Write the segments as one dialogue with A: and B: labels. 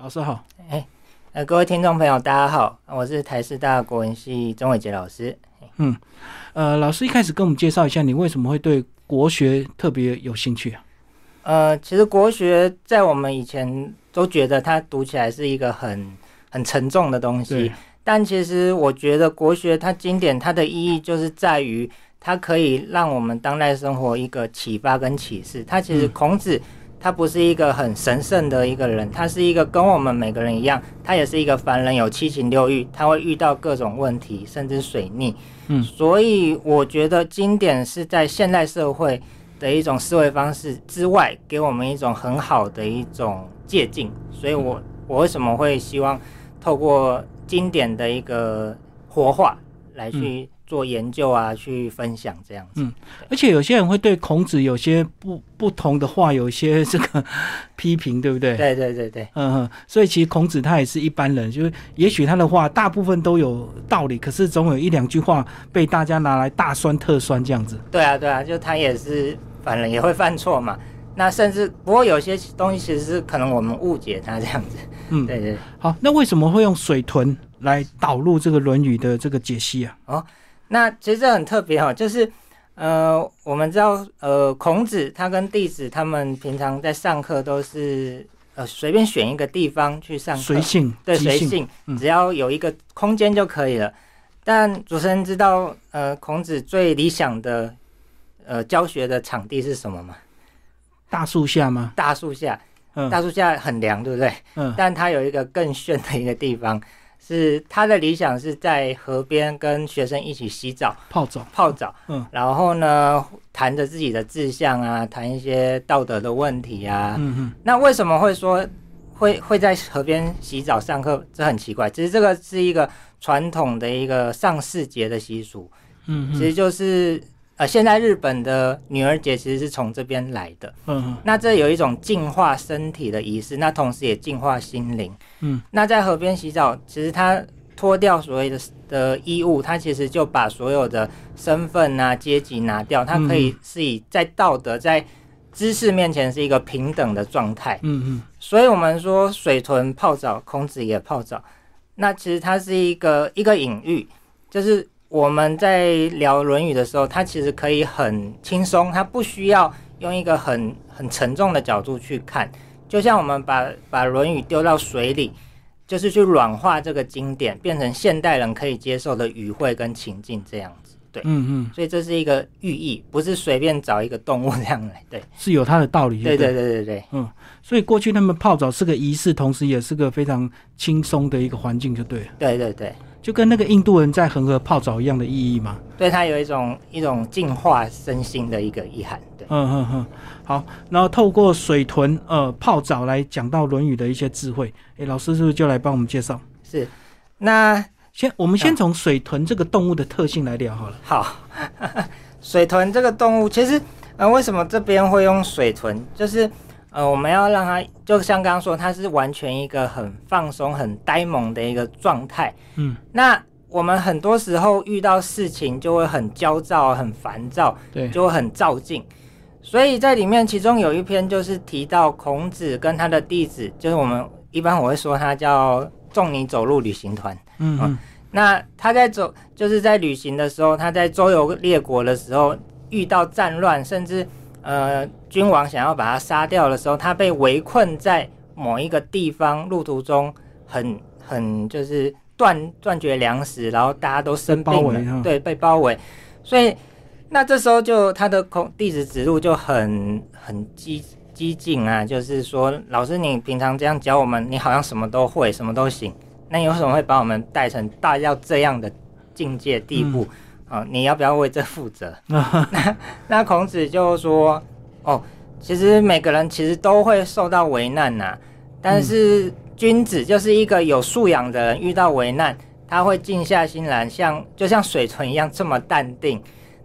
A: 老师好，
B: 呃，各位听众朋友，大家好，我是台师大国文系钟伟杰老师。
A: 呃，老师一开始跟我们介绍一下，你为什么会对国学特别有兴趣啊？
B: 呃，其实国学在我们以前都觉得它读起来是一个很很沉重的东西
A: 对，
B: 但其实我觉得国学它经典，它的意义就是在于它可以让我们当代生活一个启发跟启示。它其实
A: 嗯
B: 孔子。他不是一个很神圣的一个人，他是一个跟我们每个人一样，他也是一个凡人，有七情六欲，他会遇到各种问题，甚至水逆。
A: 嗯
B: 所以我觉得经典是在现代社会的一种思维方式之外，给我们一种很好的一种借鉴。所以
A: 嗯
B: 我我为什么会希望透过经典的一个活化来去做研究啊，去分享这样子。
A: 嗯而且有些人会对孔子有些不不同的话，有一些这个 批评，对不对？
B: 对对对对
A: 嗯哼，所以其实孔子他也是一般人，就是也许他的话大部分都有道理，可是总有一两句话被大家拿来大酸特酸这样子。
B: 对啊对啊，就他也是反人也会犯错嘛。那甚至不过有些东西其实是可能我们误解他这样子。
A: 嗯，
B: 对对。
A: 好，那为什么会用水豚来导入这个《论语》的这个解析啊？
B: 那其实这很特别哦，就是呃，我们知道呃，孔子他跟弟子他们平常在上课都是呃随便选一个地方去上课
A: 随，性、
B: 对，
A: 即
B: 随
A: 兴，
B: 性
A: 嗯，
B: 只要有一个空间就可以了。但主持人知道呃，孔子最理想的呃教学的场地是什么吗？
A: 大树下吗？
B: 大树下，
A: 嗯
B: 大树下很凉，对不 对？
A: 嗯
B: 但他有一个更炫的一个地方，是他的理想是在河边跟学生一起洗澡。
A: 泡澡。
B: 泡澡，
A: 嗯
B: 然后呢，谈着自己的志向啊，谈一些道德的问题啊。
A: 嗯嗯，
B: 那为什么会说会会在河边洗澡上课？这很奇怪。其实这个是一个传统的一个上巳节的习俗，
A: 嗯
B: 其实就是呃，现在日本的女儿节其实是从这边来的。
A: 嗯
B: 那这有一种净化身体的仪式，那同时也净化心灵。
A: 嗯，
B: 那在河边洗澡，其实它脱掉所谓的的衣物，它其实就把所有的身份啊、阶级拿掉，它可以是以在道德、在知识面前是一个平等的状态。
A: 嗯
B: 所以我们说水豚泡澡，孔子也泡澡，那其实它是一个一个隐喻，就是我们在聊《论语》的时候，它其实可以很轻松，它不需要用一个很很沉重的角度去看。就像我们把把《论语》丢到水里，就是去软化这个经典，变成现代人可以接受的语汇跟情境这样子。对
A: 嗯，嗯
B: 所以这是一个寓意，不是随便找一个动物这样来。对，
A: 嗯，是有它的道理。
B: 对
A: 不
B: 对对对对。
A: 所以过去他们泡澡是个仪式，同时也是个非常轻松的一个环境，就对了，
B: 对对对。
A: 就跟那个印度人在恒河泡澡一样的意义嘛。
B: 对它有一种一种净化身心的一个意涵。对，
A: 嗯嗯嗯，好，然后透过水豚呃泡澡来讲到《论语》的一些智慧。诶，老师是不是就来帮我们介绍？
B: 是。那
A: 先，我们先从水豚这个动物的特性来聊好了。
B: 好， 水豚这个动物其实，呃，为什么这边会用水豚？就是呃，我们要让它，就像刚刚说，它是完全一个很放松、很呆萌的一个状态。
A: 嗯，
B: 那我们很多时候遇到事情就会很焦躁、很烦躁，
A: 对，
B: 就会很照进。所以在里面，其中有一篇就是提到孔子跟他的弟子，就是我们一般我会说他叫“仲尼走路旅行团
A: 嗯嗯
B: 那他在走，就是在旅行的时候，他在周游列国的时候，遇到战乱，甚至呃君王想要把他杀掉的时候，他被围困在某一个地方，路途中很很就是断断绝粮食，然后大家都生
A: 被包
B: 病
A: 围哈
B: 了，对，被包围，所以那这时候就他的孔弟子子路就很很激激进啊，就是说老师你平常这样教我们，你好像什么都会，什么都行。那你为什么会把我们带成大到这样的境界地步？啊、你要不要为这负责？那孔子就说：“哦，其实每个人其实都会受到为难呐、但是君子就是一个有素养的人，遇到危难他会静下心来，像就像水豚一样这么淡定，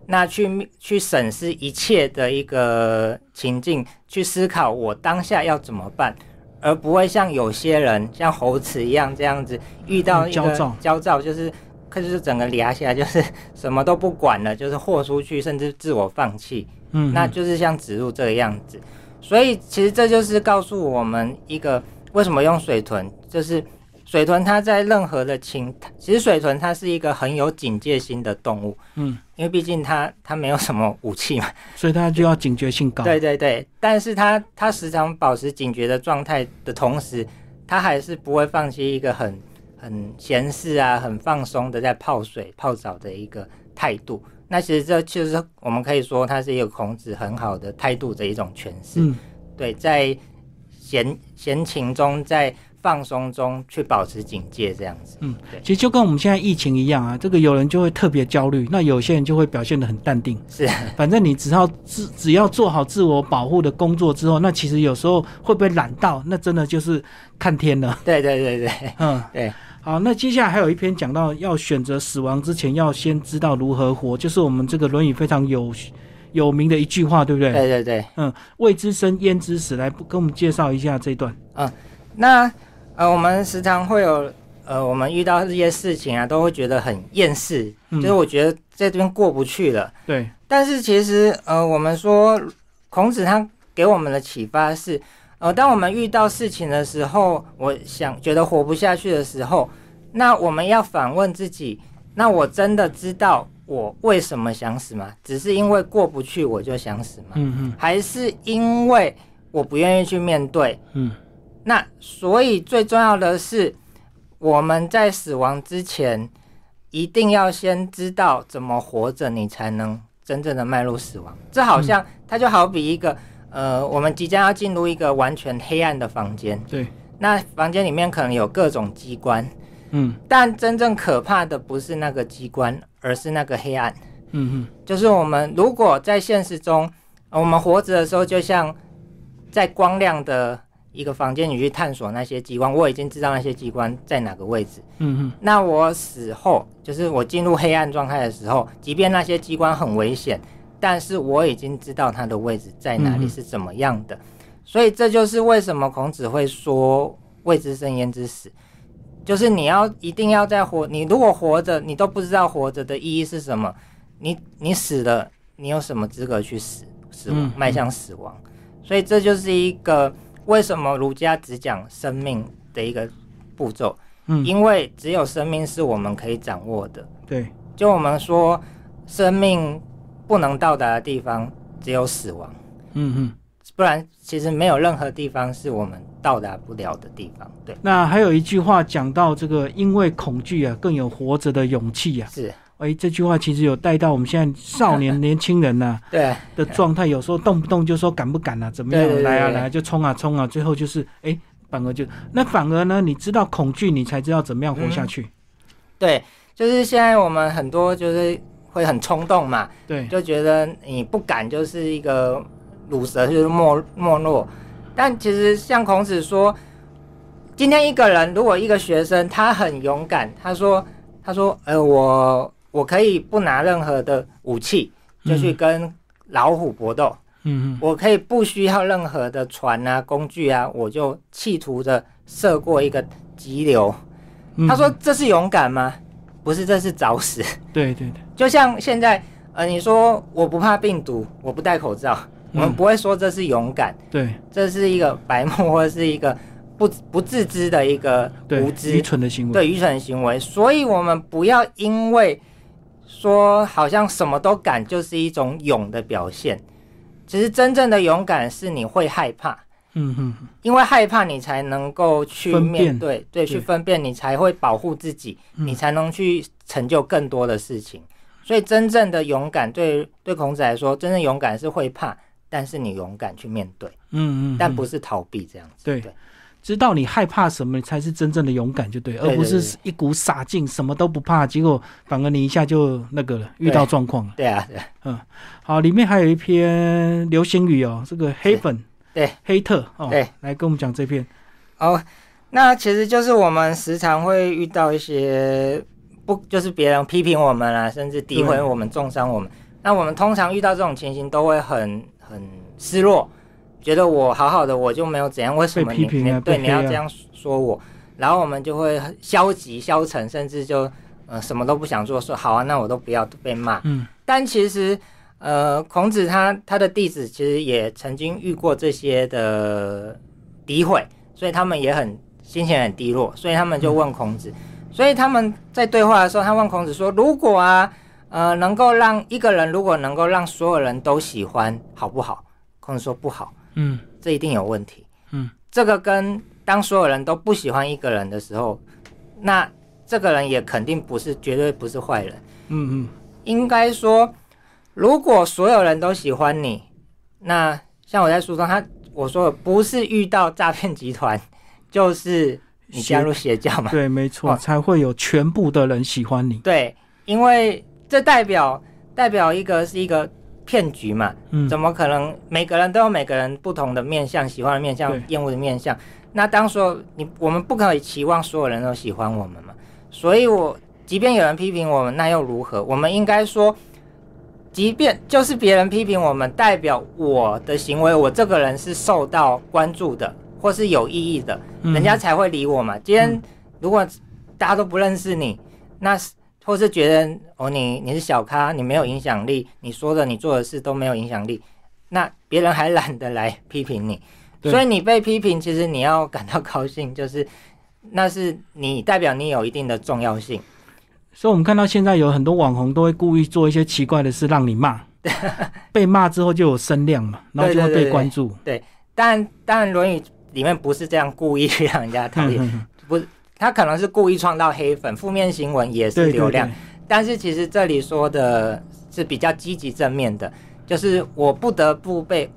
B: 那去去审视一切的一个情境，去思考我当下要怎么办。”而不会像有些人像猴子一样这样子，遇到
A: 很嗯
B: 一
A: 焦
B: 个
A: 躁
B: 焦躁就是，可就是整个俩起来，就是什么都不管了，就是豁出去，甚至自我放弃。
A: 嗯，
B: 那就是像植入这个样子。所以其实这就是告诉我们一个为什么用水豚？就是水豚它在任何的情，其实水豚它是一个很有警戒心的动物，
A: 嗯，
B: 因为毕竟它它没有什么武器嘛。
A: 所以他就要警觉性高。
B: 对对对，但是它它时常保持警觉的状态的同时，它还是不会放弃一个很很闲适啊、很放松的在泡水泡澡的一个态度。那其实这就是我们可以说它是一个孔子很好的态度的一种诠释。
A: 嗯，
B: 对，在闲闲情中，在放松中去保持警戒，这样子。
A: 嗯其实就跟我们现在疫情一样啊，这个有人就会特别焦虑，那有些人就会表现得很淡定。
B: 是，
A: 反正你只要自只要做好自我保护的工作之后，那其实有时候会不会懒到，那真的就是看天 了。
B: 对对对对，
A: 嗯，
B: 对。
A: 好，那接下来还有一篇讲到要选择死亡之前，要先知道如何活，就是我们这个《论语》非常有有名的一句话，对不对？
B: 对对对。
A: 未知生，焉知死？来，不跟我们介绍一下这一段。
B: 那呃，我们时常会有呃，我们遇到这些事情啊，都会觉得很厌世，
A: 嗯
B: 就是我觉得在这边过不去了。
A: 对，
B: 但是其实呃，我们说孔子他给我们的启发是，呃，当我们遇到事情的时候，我想觉得活不下去的时候，那我们要反问自己：那我真的知道我为什么想死吗？只是因为过不去我就想死吗？
A: 嗯嗯
B: 还是因为我不愿意去面对？
A: 嗯，
B: 那所以最重要的是，我们在死亡之前，一定要先知道怎么活着，你才能真正的迈入死亡。这好像、它就好比一个呃，我们即将要进入一个完全黑暗的房间，
A: 对，
B: 那房间里面可能有各种机关，
A: 嗯
B: 但真正可怕的不是那个机关，而是那个黑暗。
A: 嗯
B: 就是我们如果在现实中，呃我们活着的时候，就像在光亮的一个房间里去探索那些机关，我已经知道那些机关在哪个位置。
A: 嗯嗯
B: 那我死后，就是我进入黑暗状态的时候，即便那些机关很危险，但是我已经知道它的位置在哪
A: 嗯
B: 里
A: 哼
B: 是怎么样的。所以这就是为什么孔子会说“未知生，焉知死”，就是你要一定要在活，你如果活着，你都不知道活着的意义是什么，你你死了，你有什么资格去死死亡
A: 嗯，
B: 迈向死亡？所以这就是一个为什么儒家只讲生命的一个步骤。
A: 嗯嗯，
B: 因为只有生命是我们可以掌握的。
A: 对，
B: 就我们说，生命不能到达的地方只有死亡，
A: 嗯嗯。
B: 不然其实没有任何地方是我们到达不了的地方。对，
A: 那还有一句话讲到这个，因为恐惧啊，更有活着的勇气啊。
B: 是，
A: 哎，这句话其实有带到我们现在少年年轻人呐、
B: 对，
A: 的状态，有时候动不动就说敢不敢啊，怎么样啊、
B: 对对对
A: 来啊
B: 对
A: 来啊，就冲啊冲啊，最后就是哎，反而就那反而呢，你知道恐惧，你才知道怎么样活下去。
B: 嗯对，就是现在我们很多就是会很冲动嘛，
A: 对，
B: 就觉得你不敢就是一个乳蛇，就是没没落。但其实像孔子说，今天一个人如果一个学生他很勇敢，他说他说呃我我可以不拿任何的武器就去跟老虎搏斗，
A: 嗯嗯
B: 我可以不需要任何的船啊工具啊，我就企图着涉过一个急流。
A: 嗯，
B: 他说这是勇敢吗？不是，这是找死。
A: 对对对，
B: 就像现在，呃，你说我不怕病毒，我不戴口罩，我们
A: 嗯
B: 不会说这是勇敢，
A: 对
B: 这是一个白目或者是一个 不不自知的一个
A: 对
B: 无
A: 愚
B: 知，
A: 蠢的行为。
B: 对愚蠢的行为。所以，我们不要因为说好像什么都敢，就是一种勇的表现。其实，真正的勇敢是你会害怕，
A: 嗯嗯
B: 因为害怕你才能够去
A: 分辨
B: 面对，对，去
A: 对
B: 分辨，你才会保护自己，
A: 嗯
B: 你才能去成就更多的事情。所以，真正的勇敢，对对孔子来说，真正勇敢是会怕，但是你勇敢去面对，
A: 嗯嗯，
B: 但不是逃避这样子。
A: 对
B: 对，啊
A: 知道你害怕什么才是真正的勇敢，就对，而
B: 对
A: 不
B: 对
A: 是一股傻劲，什么都不怕，结果反而你一下就那个了，遇到状况了。
B: 对啊，对啊
A: 好，里面还有一篇流行语哦，这个黑粉
B: 对
A: 黑特哦，
B: 对，
A: 来跟我们讲这篇。
B: 哦，那其实就是我们时常会遇到一些不，就是别人批评我们啦、啊甚至诋毁
A: 对
B: 我们、重伤我们。那我们通常遇到这种情形，都会很很失落，觉得我好好的，我就没有怎样，为什么
A: 被
B: 你
A: 批评啊
B: 你对
A: 被黑啊
B: 你要这样说我？然后我们就会很消极、消沉，甚至就呃什么都不想做，说好啊，那我都不要被骂。
A: 嗯
B: 但其实，呃，孔子他他的弟子其实也曾经遇过这些的诋毁，所以他们也很心情很低落，所以他们就问孔子。所以他们在对话的时候，他问孔子说：“如果啊，呃，能够让一个人，如果能够让所有人都喜欢，好不好？”孔子说：“不好，
A: 嗯
B: 这一定有问题。”
A: 嗯，
B: 这个跟当所有人都不喜欢一个人的时候，那这个人也肯定不是，绝对不是坏人。
A: 嗯嗯
B: 应该说，如果所有人都喜欢你，那像我在书中他我说的不是遇到诈骗集团， 就是你加入邪教嘛。
A: 对，没错，
B: 哦
A: 才会有全部的人喜欢你。
B: 对，因为这代表代表一个是一个骗局嘛，
A: 嗯，
B: 怎么可能每个人都有每个人不同的面相、喜欢的面相
A: 对、
B: 厌恶的面相？那当所有你我们不可以期望所有人都喜欢我们嘛。所以我即便有人批评我们，那又如何？我们应该说，即便就是别人批评我们，代表我的行为，我这个人是受到关注的，或是有意义的，
A: 嗯
B: 人家才会理我嘛。今天
A: 嗯
B: 如果大家都不认识你，那是或是觉得哦你你是小咖，你没有影响力，你说的你做的事都没有影响力，那别人还懒得来批评你，
A: 对
B: 所以你被批评，其实你要感到高兴，就是那是你代表你有一定的重要性。
A: 所以我们看到现在有很多网红都会故意做一些奇怪的事让你 骂，被骂之后就有声量嘛，然后就会
B: 对对对
A: 被
B: 对
A: 关注。
B: 当然，当然，《论语》里面不是这样故意去让人家讨
A: 嗯
B: 厌，他可能是故意创造黑粉，负面新闻也是
A: 对
B: 流
A: 对
B: 量
A: 对。，
B: 但是其实这里说的是比较积极正面的，就是我不得不被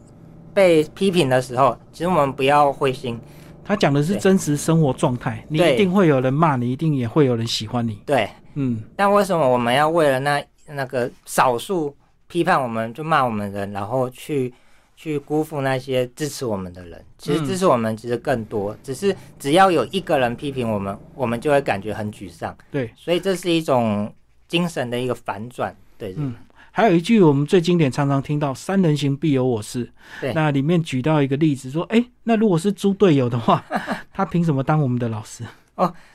B: 被批评的时候，其实我们不要灰心，
A: 他讲的是
B: 对
A: 真实生活状态，你
B: 对
A: 一定会有人骂你，一定也会有人喜欢你。
B: 对。
A: 嗯，
B: 但为什么我们要为了那那个少数批判我们就骂我们的人，然后去去辜负那些支持我们的人？其实
A: 嗯
B: 支持我们其实更多，只是只要有一个人批评我们，我们就会感觉很沮丧。
A: 对，
B: 所以这是一种精神的一个反转，对，
A: 嗯还有一句我们最经典常常听到“三人行必有我师”，
B: 对
A: 那里面举到一个例子说，哎、那如果是猪队友的 话，他凭什么当我们的老师？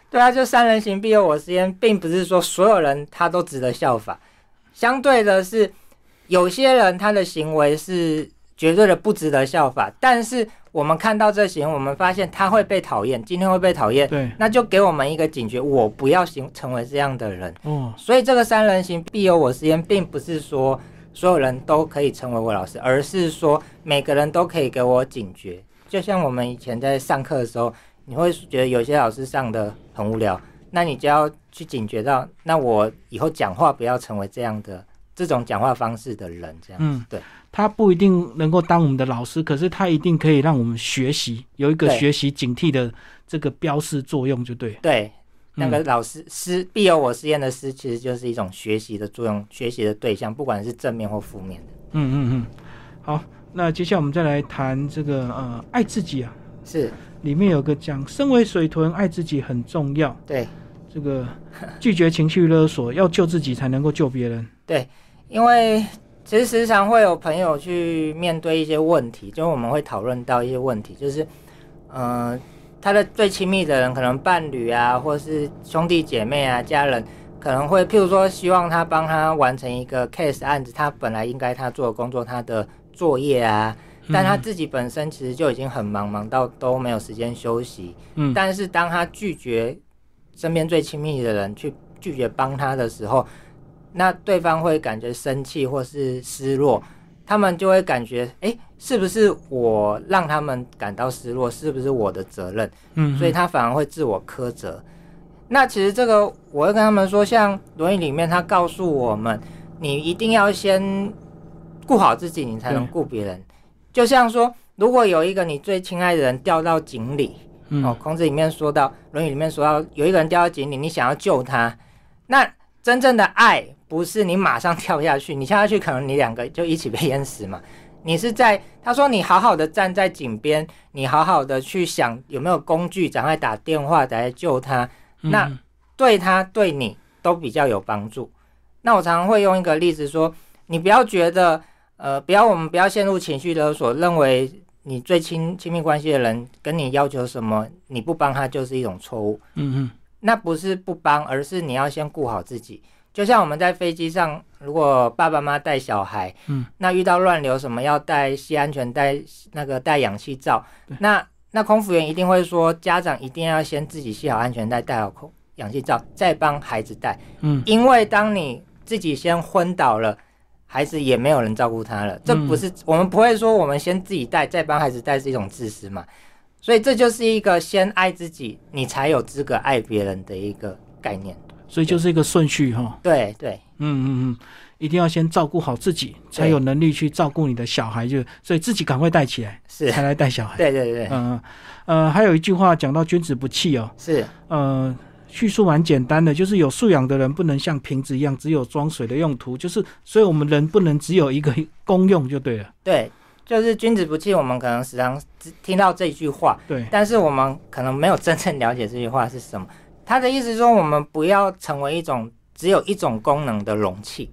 B: 对啊，就三人行必有我师焉，并不是说所有人他都值得效法。相对的是，有些人他的行为是绝对的不值得效法，但是我们看到这行为，我们发现他会被讨厌，今天会被讨厌，
A: 对，
B: 那就给我们一个警觉，我不要行成为这样的人。
A: 哦，
B: 所以这个三人行必有我师焉，并不是说所有人都可以成为我老师，而是说每个人都可以给我警觉。就像我们以前在上课的时候，你会觉得有些老师上的很无聊，那你就要去警觉到，那我以后讲话不要成为这样的这种讲话方式的人，这样。
A: 嗯，
B: 对，
A: 他不一定能够当我们的老师，可是他一定可以让我们学习，有一个
B: 对
A: 学习警惕的这个标示作用，就对。
B: 对，那个
A: 嗯
B: 老师师必有我师焉的师，其实就是一种学习的作用，学习的对象，不管是正面或负面的。
A: 嗯嗯嗯，好，那接下来我们再来谈这个呃，爱自己啊，
B: 是
A: 里面有个讲，身为水豚，爱自己很重要。
B: 对。
A: 这个拒绝情绪勒索，要救自己才能够救别人。
B: 因为其实时常会有朋友去面对一些问题，就是我们会讨论到一些问题，就是，呃，他的最亲密的人，可能伴侣啊，或是兄弟姐妹啊、家人，可能会譬如说希望他帮他完成一个 case 案子，他本来应该他做的工作，他的作业啊，但他自己本身其实就已经很忙，忙到都没有时间休息。
A: 嗯
B: 但是当他拒绝身边最亲密的人去拒绝帮他的时候，那对方会感觉生气或是失落，他们就会感觉，哎、是不是我让他们感到失落？是不是我的责任？
A: 嗯
B: 所以他反而会自我苛责。那其实这个，我会跟他们说，像《论语》里面，他告诉我们，你一定要先顾好自己，你才能
A: 对
B: 顾别人。就像说，如果有一个你最亲爱的人掉到井里，
A: 嗯
B: 哦，孔子里面说到，《论语》里面说到，有一个人掉到井里，你想要救他，那真正的爱不是你马上跳下去，你跳下去可能你两个就一起被淹死嘛。你是在他说你好好的站在井边，你好好的去想有没有工具，赶快打电话赶快救他，
A: 嗯
B: 那对他对你都比较有帮助。那我常常会用一个例子说，你不要觉得，呃，不要我们不要陷入情绪勒索，认为你最亲亲密关系的人跟你要求什么，你不帮他就是一种错误。
A: 嗯嗯
B: 那不是不帮，而是你要先顾好自己。就像我们在飞机上，如果爸爸妈妈带小孩，
A: 嗯，
B: 那遇到乱流什么要带系安全带，那个带氧气罩
A: 对，
B: 那那空服员一定会说，家长一定要先自己系好安全带，戴好空氧气罩，再帮孩子戴。
A: 嗯
B: 因为当你自己先昏倒了，孩子也没有人照顾他了。这不是、我们不会说我们先自己带，再帮孩子带是一种自私嘛？所以这就是一个先爱自己，你才有资格爱别人的一个概念。
A: 所以就是一个顺序哈、
B: 对对
A: 嗯嗯嗯，一定要先照顾好自己，才有能力去照顾你的小孩，就所以自己赶快带起来，
B: 是，
A: 才来带小孩。
B: 对对对，
A: 嗯、呃，还有一句话讲到君子不器哦，
B: 是
A: 呃，叙述蛮简单的，就是有素养的人不能像瓶子一样只有装水的用途，就是所以我们人不能只有一个功用就对了。
B: 对，就是君子不器。我们可能时常只听到这句话，
A: 对，
B: 但是我们可能没有真正了解这句话是什么。他的意思是说，我们不要成为一种只有一种功能的容器。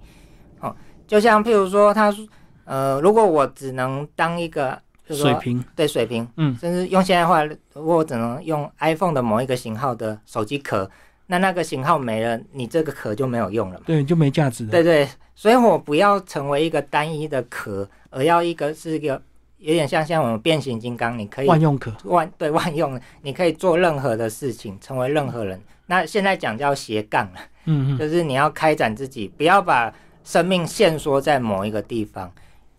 B: 哦，就像譬如说，他说，呃，如果我只能当一个，譬如说
A: 水平，
B: 对水瓶，
A: 嗯
B: 甚至用现在话，如果我只能用 iPhone 的某一个型号的手机壳，那那个型号没了，你这个壳就没有用了嘛。
A: 对，就没价值了。
B: 对对，所以我不要成为一个单一的壳，而要一个是一个有点像像我们变形金刚，你可以
A: 万用可，
B: 万对万用的，你可以做任何的事情，成为任何人。那现在讲叫斜杠了，
A: 嗯嗯，
B: 就是你要开展自己，不要把生命限缩在某一个地方。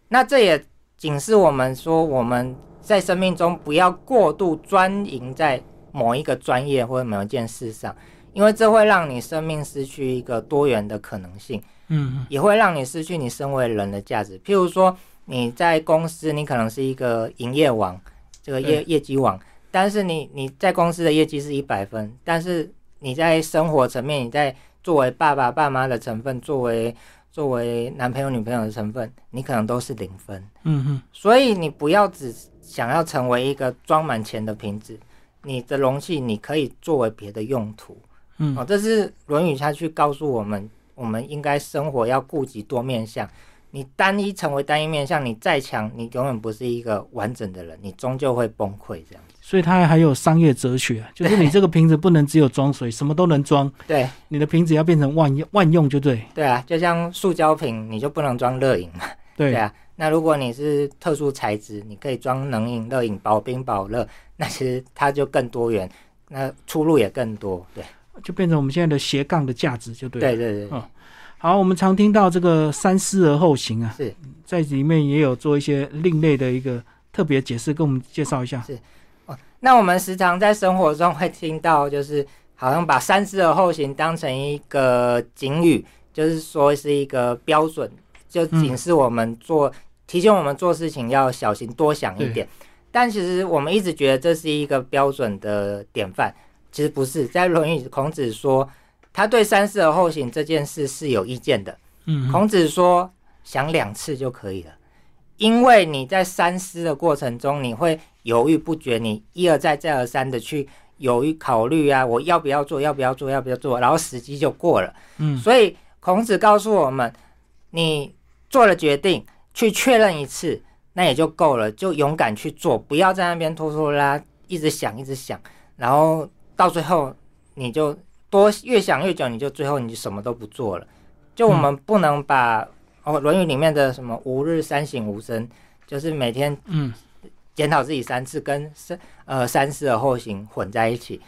B: 那这也警示我们说，我们在生命中不要过度专营在某一个专业或者某一件事上，因为这会让你生命失去一个多元的可能性。
A: 嗯嗯，
B: 也会让你失去你身为人的价值。譬如说，你在公司，你可能是一个营业王，这个业业绩王，但是你你在公司的业绩是一百分，但是你在生活层面，你在作为爸爸爸妈的成分，作为作为男朋友女朋友的成分，你可能都是零分。
A: 嗯嗯，
B: 所以你不要只想要成为一个装满钱的瓶子，你的容器你可以作为别的用途。
A: 嗯
B: 哦，这是《论语》它去告诉我们，我们应该生活要顾及多面相。你单一成为单一面相，你再强，你永远不是一个完整的人，你终究会崩溃。这样子，
A: 所以它还有商业哲学，就是你这个瓶子不能只有装水，什么都能装，
B: 对
A: 你的瓶子要变成万用万用就对。
B: 对啊，就像塑胶瓶，你就不能装热饮嘛，对
A: 对，
B: 啊。那如果你是特殊材质，你可以装冷饮、热饮、保冰、保热，那其实它就更多元，那出路也更多。对
A: 就变成我们现在的斜杠的价值就对了。
B: 对对对对，
A: 好，我们常听到这个“三思而后行”啊，
B: 是
A: 在里面也有做一些另类的一个特别解释，跟我们介绍一下。
B: 那我们时常在生活中会听到，就是好像把“三思而后行”当成一个警语，就是说是一个标准，就警示我们做、提醒我们做事情要小心，多想一点。但其实我们一直觉得这是一个标准的典范，其实不是。在《论语》，孔子说他对“三思而后行”这件事是有意见的。
A: 嗯，
B: 孔子说，想两次就可以了，因为你在三思的过程中，你会犹豫不决，你一而再再而三的去犹豫考虑啊，我要不要做，要不要做，要不要做，然后时机就过了。
A: 嗯
B: 所以孔子告诉我们，你做了决定，去确认一次，那也就够了，就勇敢去做，不要在那边拖拖拉拉，一直想一直想，然后到最后你就多越想越久，你就最后你就什么都不做了。就我
A: 嗯
B: 们不能把、哦，《论语》里面的什么“吾日三省吾身”，就是每天
A: 嗯，
B: 检讨自己三次，跟三呃三思而后行混在一起。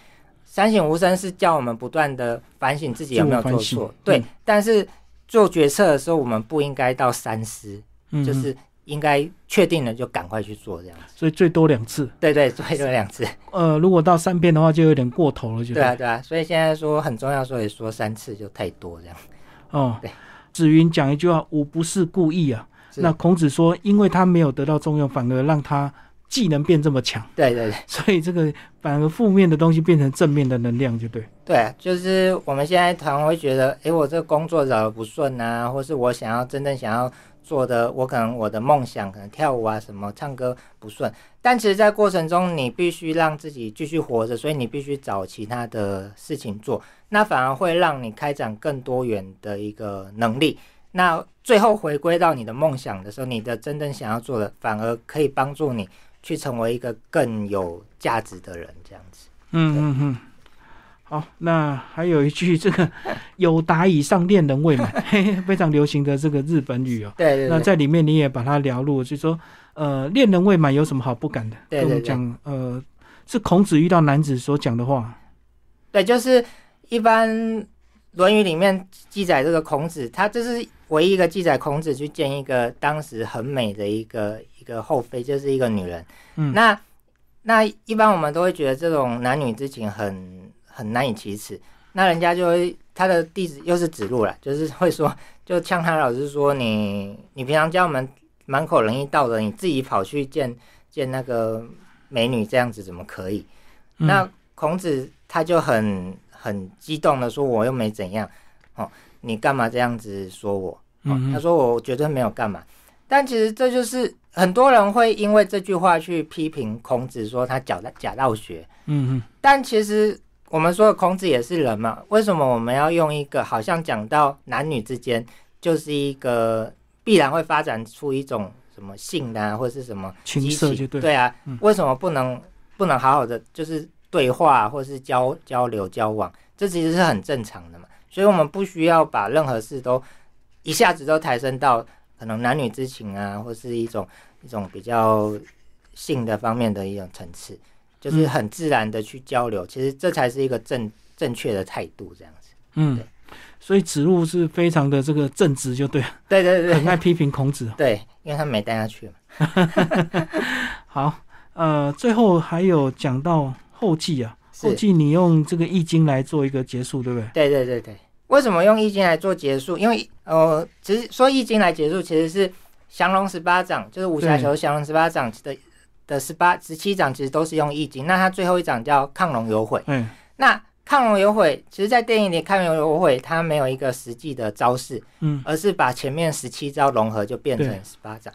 B: 三省吾身是叫我们不断的反省自己有没有做
A: 自我
B: 错
A: 反省，
B: 对。
A: 嗯
B: 但是做决策的时候，我们不应该到三思，
A: 嗯
B: 就是应该确定了就赶快去做这样子。
A: 所以最多两次。
B: 对对，做这两次，
A: 呃，如果到三遍的话， 就有点过头了，就
B: 对啊对啊。所以现在说很重要，所以说三次就太多这样。
A: 哦
B: 对。
A: 子云讲一句话：“吾不是故意啊。”
B: 是
A: 那孔子说，因为他没有得到重用，反而让他技能变这么强，
B: 对对对。
A: 所以这个反而负面的东西变成正面的能量，就对。
B: 对，就是我们现在常常会觉得，诶，我这个工作找的不顺啊，或是我想要真正想要做的，我可能我的梦想可能跳舞啊什么唱歌不顺，但其实，在过程中你必须让自己继续活着，所以你必须找其他的事情做，那反而会让你开展更多元的一个能力。那最后回归到你的梦想的时候，你的真正想要做的，反而可以帮助你去成为一个更有价值的人，这样子。
A: 嗯嗯嗯，好，那还有一句这 个“有达以上恋人未满”， 嘿嘿非常流行的这个日本语哦。
B: 对对
A: 那
B: 对，
A: 在里面你也把它聊入，就说呃，恋人未满有什么好不敢的？
B: 对
A: 跟我
B: 对
A: 们讲呃，是孔子遇到南子所讲的话。
B: 对，就是一般《论语》里面记载这个孔子，他这是唯一一个记载孔子去见一个当时很美的一个一个后妃，就是一个女人。
A: 嗯
B: 那那一般我们都会觉得这种男女之情很很难以启齿，那人家就会他的弟子又是指路了，就是会说就呛他老师说你你平常教我们满口仁义道德，你自己跑去见见那个美女这样子怎么可以？
A: 嗯
B: 那孔子他就很很激动的说：“我又没怎样，哦，你干嘛这样子说我？”哦
A: 嗯
B: 他
A: 哼
B: 说：“我绝对没有干嘛。”但其实这就是很多人会因为这句话去批评孔子，说他假假道学。
A: 嗯
B: 但其实我们说的孔子也是人嘛，为什么我们要用一个好像讲到男女之间，就是一个必然会发展出一种什么性啊，或是什么
A: 哼，情
B: 激
A: 色
B: 情
A: 就对。
B: 啊，
A: 嗯
B: 为什么不能不能好好的就是对话或是交交流交往？这其实是很正常的嘛，所以我们不需要把任何事都一下子都抬升到可能男女之情啊，或是一种一种比较性的方面的一种层次，就是很自然的去交流，其实这才是一个正正确的态度，这样子。
A: 嗯
B: 对，
A: 所以子路是非常的这个正直，就对了，
B: 对对对
A: 很
B: 对
A: 爱批评孔子。
B: 对，因为他没带他去嘛。
A: 好，呃，最后还有讲到后记啊，
B: 是
A: 后记你用这个易经来做一个结束，对不对？
B: 对对对对，为什么用易经来做结束？因为呃，其实说易经来结束，其实是降龙十八掌，就是武侠球降龙十八掌的的十八十七掌，其实都是用易经。那它最后一掌叫亢龙有悔。
A: 哎，
B: 那亢龙有悔，其实，在电影里亢龙有悔，它没有一个实际的招式，
A: 嗯
B: 而是把前面十七招融合，就变成
A: 对
B: 十八掌。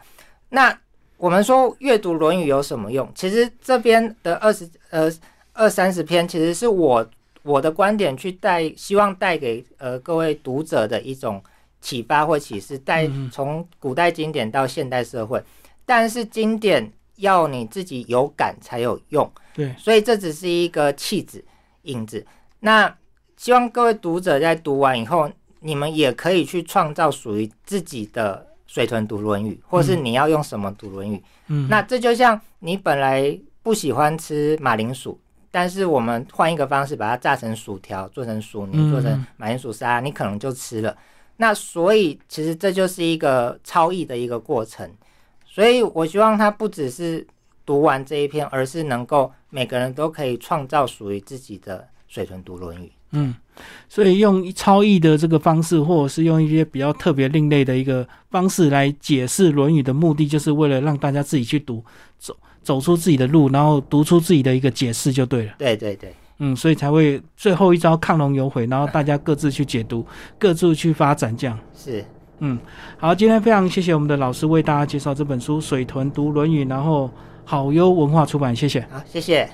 B: 那我们说阅读《论语》有什么用？其实这边的二十呃二三十篇，其实是我我的观点去带，希望带给呃各位读者的一种启发或启示，带
A: 嗯嗯
B: 从古代经典到现代社会。但是经典要你自己有感才有用，
A: 对，
B: 所以这只是一个气质影子。那希望各位读者在读完以后，你们也可以去创造属于自己的水豚读《论语》，或是你要用什么读《论语》
A: 嗯，
B: 那这就像你本来不喜欢吃马铃薯，但是我们换一个方式把它炸成薯条，做成薯泥，
A: 嗯
B: 做成马铃薯沙，你可能就吃了。那所以其实这就是一个超译的一个过程。所以我希望它不只是读完这一篇，而是能够每个人都可以创造属于自己的水豚读《论语》。
A: 嗯，所以用超译的这个方式，或者是用一些比较特别另类的一个方式来解释《论语》的目的，就是为了让大家自己去读，走走出自己的路，然后读出自己的一个解释就对了。
B: 对对对，
A: 嗯，所以才会最后一招亢龙有悔，然后大家各自去解读，各自去发展这样。
B: 是
A: 好，今天非常谢谢我们的老师为大家介绍这本书《水豚读论语》，然后好优文化出版，谢谢。
B: 好，谢谢。